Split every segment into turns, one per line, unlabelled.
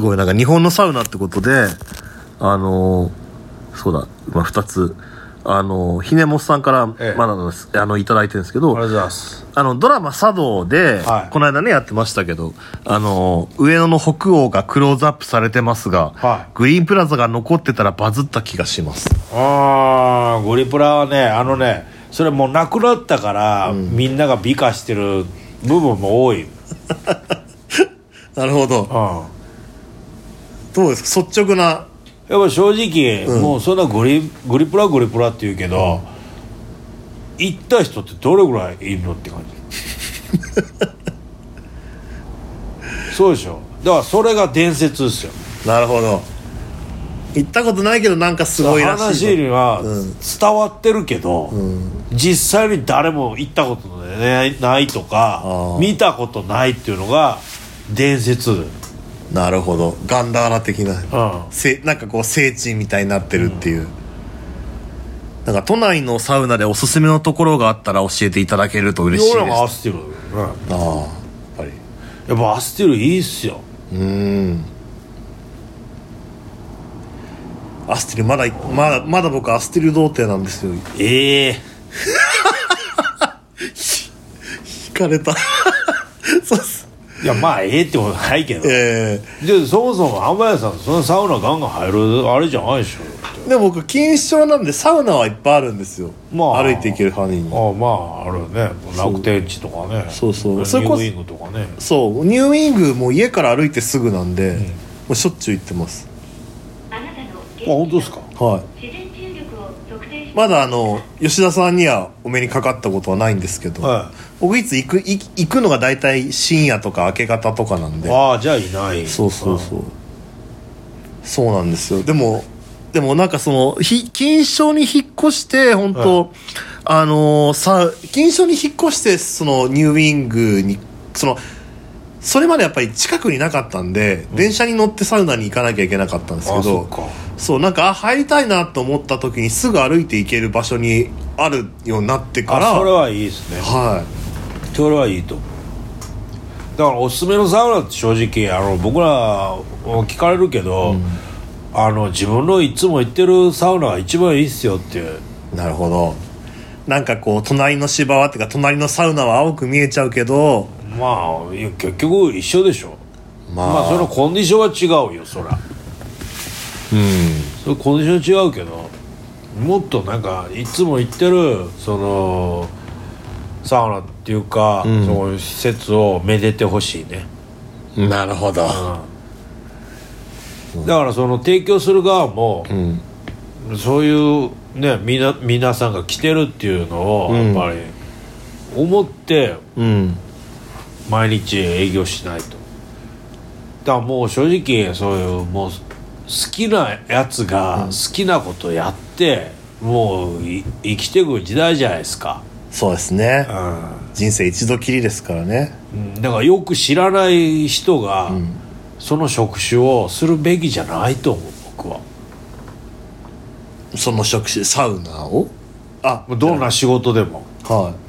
ごいなんか日本のサウナってことであのそうだ、まあ、2つあのひねもっさんからま
ええ
だなんです、あのいただいてるんですけど
ありがとうございます
あのドラマ「茶道で」
はい
この間ねやってましたけどあの上野の北欧がクローズアップされてますが、
はい
グリーンプラザが残ってたらバズった気がします
ああゴリプラはねあのねそれもうなくなったから、みんなが美化してる部分も多い、うん、
なるほど
や
どうですか率直な
っぱ正直、もうそんなゴリゴリプラゴリプラって言うけど、行った人ってどれぐらいいるのって感 じそうでしょだからそれが伝説ですよ
なるほど行ったことないけどなんかすごいらし
話
い
には伝わってるけど、実際に誰も行ったことないないとか
あー
見たことないっていうのが伝説、うん、
なるほどガンダーラ的なせなんかこう聖地みたいになってるっていう、なんか都内のサウナでおすすめのところがあったら教えていただけると嬉しいで
俺
す
らも
あ
アスティル、うん
あ
や
やっぱり
っぱアスティルいいっすよ
うんアスティルまだまだまだ僕アスティル童貞なんですよ
ええ
引かれた そうっす
いやまあええってことないけど
ええ
でそもそも浜屋さんそのサウナガンガン入るあれじゃないでしょ
でも僕錦糸町なんでサウナはいっぱいあるんですよ、
まあ
歩いていける範囲に
ああまああるね楽天地とかね
そうそう
ニ
それ
ュ
こ
ーウ
そ
ィングとかね
そうニューウィングも家から歩いてすぐなんで、もうしょっちゅう行ってます
あなたの
あ本当ですか
はい
自然重力を測定し
まだあの吉田さんにはお目にかかったことはないんですけど、
は
僕いつ行くい行くのが大体深夜とか明け方とかなんで
ああじゃあいない
そうそうそうそうなんですよでもでもなんかそのひ錦糸町に引っ越して本当、あのーさ錦糸町に引っ越してそのニューウィングにそのそれまでやっぱり近くになかったんで、電車に乗ってサウナに行かなきゃいけなかったんですけ
ああそ
ど
っか
そうなんかあ入りたいなと思った時にすぐ歩いて行ける場所にあるようになってから
あそれ
は
はいいですね
は
それはいいと思うだからおすすめのサウナって正直あの僕ら聞かれるけど、あの自分のいつも行ってるサウナが一番いいっすよっていう
いなるほどなんかこう隣の芝はっていうか隣のサウナは青く見えちゃうけど
まあいや結局一緒でしょ
ま
まあそのコンディションは違うよそら
うん
それコンディション違うけどもっとなんかいつも行ってるそのサウナっていうか、
ん
その施設をめでてほしいね
なるほど
だからその提供する側も、
ん
そういうねみな皆さんが来てるっていうのを
ん
やっぱり思って
うん
毎日営業しないとだからもう正直そういうもう好きなやつが好きなことやって、もうい生きていく時代じゃないですか、
そうですね
うん、
人生一度きりですからね
うんだからよく知らない人が、その職種をするべきじゃないと思う僕は
その職種サウナをあ
もうどんな仕事でも、
はい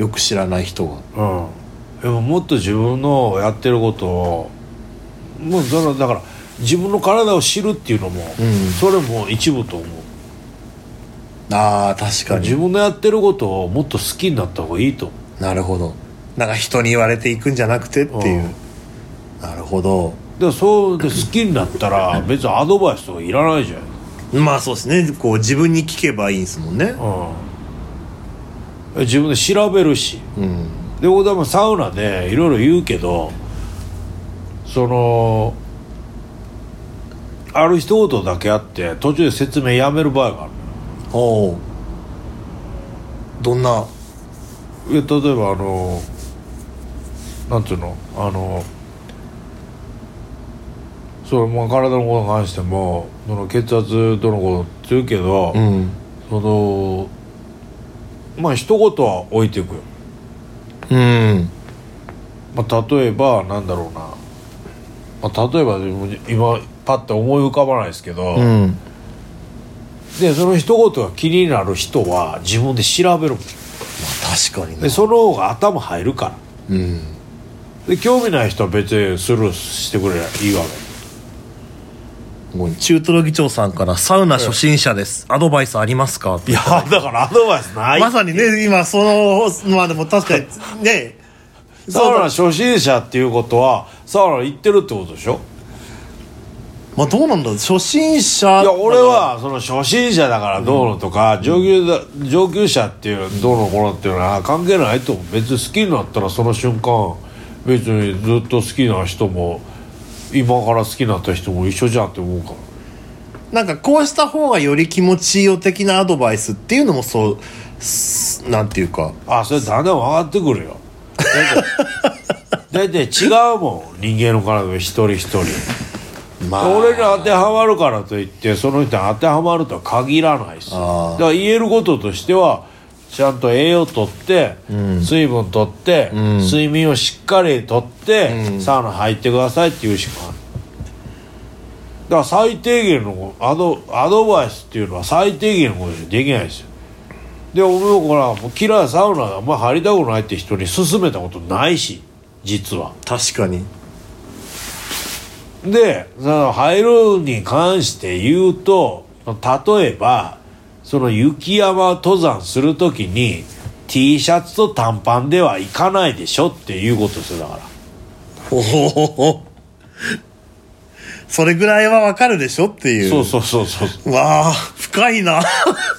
よく知らない人が
うん、でももっと自分のやってることをもうそのだから自分の体を知るっていうのも、
ん
それも一部と思う
ああ確か
自
に
分のやってることをもっと好きになった方がいいと思
なるほどなんか人に言われていくんじゃなくてっていううんなるほど
うでそうで好きになった ら別にアドバイスとかいらないじゃん、
まあそうですねこう自分に聞けばいいんですもんね
うん、自分で調べるし
うん
で僕多分サウナでいろいろ言うけどそのある一言だけあって途中で説明やめる場合がある
おおどんない
や例えばあのなんていうのあのそうまあ体のことに関してもその血圧どの子って言うけど、
ん
そのまあ一言は置いていくよ、
うん
まあ、例えばなんだろうな、まあ、例えばでも今パッて思い浮かばないですけど、
うん
でその一言が気になる人は自分で調べるもん
確かに
で
ね
その方が頭入るから
うん
でで興味ない人は別にスルーしてくれりゃいいわけ
もう中トロ議長さんからサウナ初心者です、アドバイスありますか
いやだからアドバイスない
まさにね今そのまあでも確かにね
サウナ初心者っていうことはサウナ行ってるってことでしょ
まあどうなんだろう初心者
いや俺はその初心者だからどうのとか、上級だ上級者っていうどうのこうのっていうのは関係ないと思う別に好きになったらその瞬間別にずっと好きな人も今から好きになった人も一緒じゃんって思うから
なんかこうした方がより気持ちいいよ的なアドバイスっていうのもそうすなんていうか
あそれだんだん分かってくるよだいたい違うもん人間の体が一人一人
ま
俺に当てはまるからといってその人に当てはまるとは限らないしだ
あー
から言えることとしてはちゃんと栄養とって、水分とって、睡眠をしっかりとって、サウナ入ってくださいっていうしかないだから最低限のアドアドバイスっていうのは最低限のことしかできないですよで俺もほらもう嫌いサウナあんま入りたくないって人に勧めたことないし実は
確かに
でその入るに関して言うと例えばその雪山を登山するときに T シャツと短パンでは行かないでしょっていうことですよだから
おおそれぐらいはわかるでしょっていう
そうそうそうそう
わあ深いな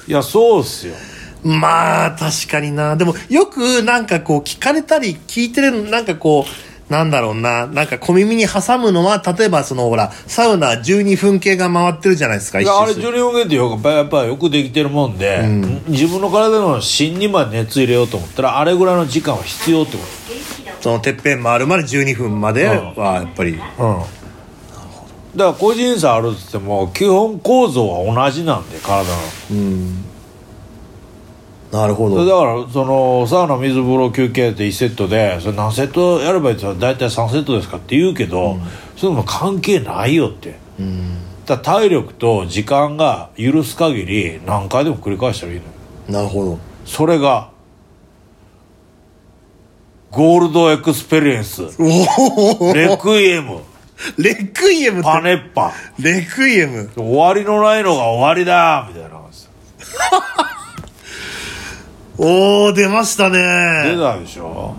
いやそうっすよ
まあ確かになでもよくなんかこう聞かれたり聞いてるなんかこうなんだろうななんか小耳に挟むのは例えばそのほらサウナ12分計が回ってるじゃないですか
い
一
やあ
周
れ
す
ジ
る
ョニー・オンゲンってよくやっぱよくできてるもんで、自分の体の芯にまで熱入れようと思ったらあれぐらいの時間は必要ってこ
そのてっぺん回るまで12分まではやっぱり、
とうんだから個人差あるっつっても基本構造は同じなんで体の
なるほ
それ
ど
だからそのサウナ水風呂休憩って1セットでそれ何セットやればいいって言ったら大体3セットですかって言うけど、それも関係ないよって、だから体力と時間が許す限り何回でも繰り返したらいいの
な
よ
るほど
それがゴールドエクスペリエンス
おお
レクイエム
レクイエムって
パネッパ
レクイエム
終わりのないのが終わりだみたいな話
おお出ました
出
ね、
たでしょ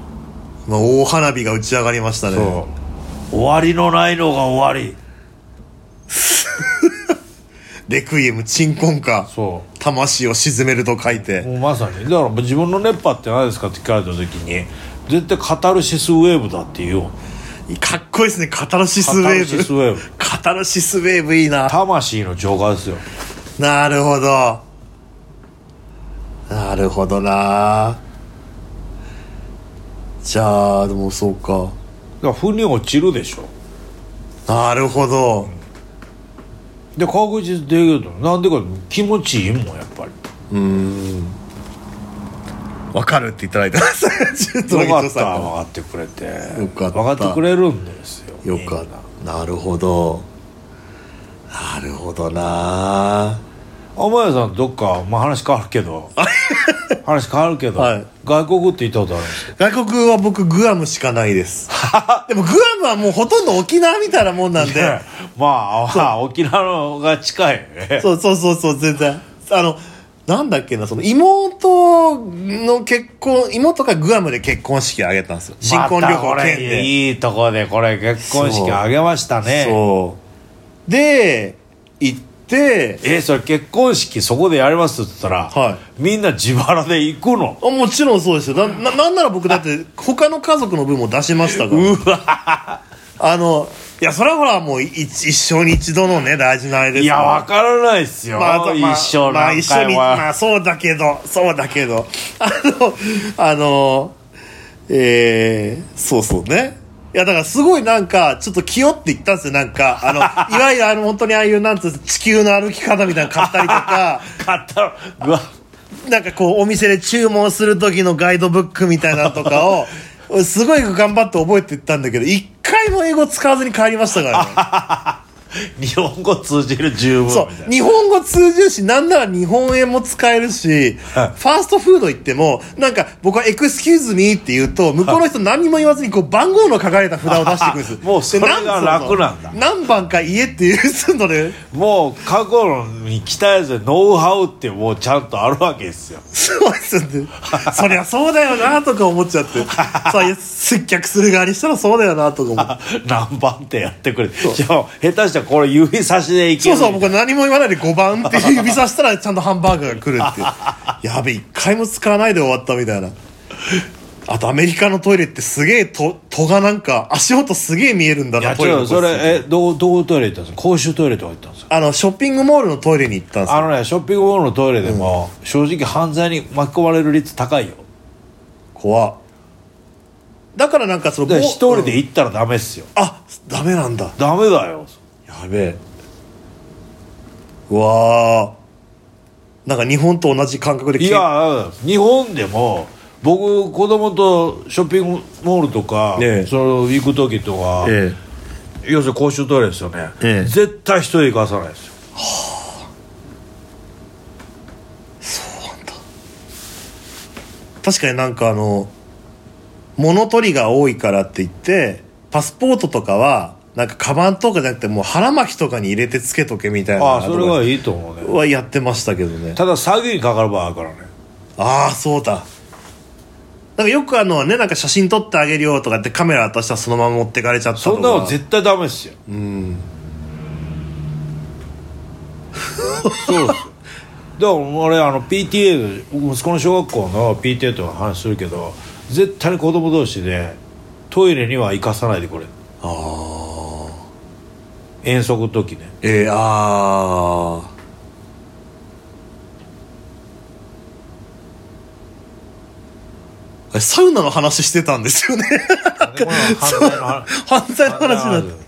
まあ、大花火が打ち上がりましたね
そう終わりのないのが終わり
レクイエム鎮魂歌
そう
魂を沈めると書いて、
もうまさにだから自分の熱波って何ですかって聞かれた時に絶対カタルシスウェーブだって言う
かっこいいですねカタルシス
カ
ウ
タ
ェ
ルシス
ー
ウ
ブ
ェーブ
カタルシスウェーブいいな
魂の浄化ですよ
なるほどなるほどなじゃあでもそうか
だから腑に落ちるでしょ
なるほど
で確実にできるとなんでか気持ちいいもんやっぱり
わかるっていただいてます ちょっと
よか
伊
っ
藤さ
た
ん
分かってくれて
よかった
分かってくれるんですよ
よかったなるほどなるほどな
天谷さんどっか、まあ、話変わるけど 話変わるけど、
はい
外国って言ったことあるんですか
外国は僕グアムしかないです でもグアムはもうほとんど沖縄みたいなもんなんで
まあ、まあ、沖縄の方が近いよね
そうそうそうそう全然あのなんだっけなその妹の結婚妹がグアムで結婚式あげたんですよ 新婚旅行
またこ
兼
れ
で、
いいとこでこれ結婚式あげましたね
そうで行って
えそれ結婚式そこでやりますって言ったら、
は
みんな自腹で行くの
あもちろんそうですよなななんなら僕だって他の家族の分も出しましたから
うわ
あのいやそれはほらもう一一生に一度のね大事なあれです
いや
わ
分からないっすよ、
まあ、あとまあ
一生
まあ
何
一緒
回
に
も、
まあそうだけどそうだけどあのあのえー、そうそうねいやだからすごいなんかちょっと気負って言ったんですよなんかあ のいわゆるあの本当にああいうなんつうの地球の歩き方みたいなの買ったりとか
買ったのうわ
なんかこうお店で注文する時のガイドブックみたいなのとかをすごい頑張って覚えていったんだけど一回も英語使わずに帰りましたからね
日本語通じる十分み
そう
たいな
日本語通じるしなんなら日本円も使えるし、
はい
ファーストフード行ってもなんか僕は「エクスキューズミー」って言うと向こうの人何にも言わずにこう番号の書かれた札を出してくるんです
もうそれが
でなん
楽なんだ
そうそう何番か言えって言うので
もう過去に来たやつノウハウってもうちゃんとあるわけですよ
すごいっすよ ねそりゃそうだよなとか思っちゃってそういや接客する側にしたらそうだよなとか思って。
何番ってやってくれじゃあ下手したらこれ指差しでいけ
そう
る
そう僕は何も言わないで5番って指さしたらちゃんとハンバーガーが来るっていう やべ一回も使わないで終わったみたいなあとアメリカのトイレってすげえと戸がなんか足音すげえ見えるんだ
い
な
や
トイレ
違
の
うそ
個室
れえどうどうトイレ行ったんですか公衆トイレとか行ったんですか
あのショッピングモールのトイレに行ったんです
あ
よ
のねショッピングモールのトイレでも正直犯罪に巻き込まれる率高いよ
怖っだからなんかそのぼ
で一人で
うん
行ったらダメっすよ
あダメなんだ
ダメだよ
やべえうわーなんか日本と同じ感覚で
いや日本でも僕子供とショッピングモールとか、
ええ
その行く時とか、
え
要するに公衆トイレですよね、
ええ
絶対一人で行かさないですよ
確かになんかあの物取りが多いからって言ってパスポートとかはなんかカバンとかじゃなくてもう腹巻きとかに入れてつけとけみたいな
ああそれはいいと思うね
はやってましたけどね
ただ詐欺にかかる場合あるからね
ああそうだなんかよくあのねなんか写真撮ってあげるよとかってカメラ渡したらそのまま持ってかれちゃったとか
そんなの絶対ダメですようんそうですよだから俺あの PTA の息子の小学校の PTA とか話するけど絶対に子供同士でトイレには行かさないでこれ
ああ
遠足の時ね
えー、あーあれサウナの話してたんですよね
これは犯
犯罪
罪の話
の話なんだ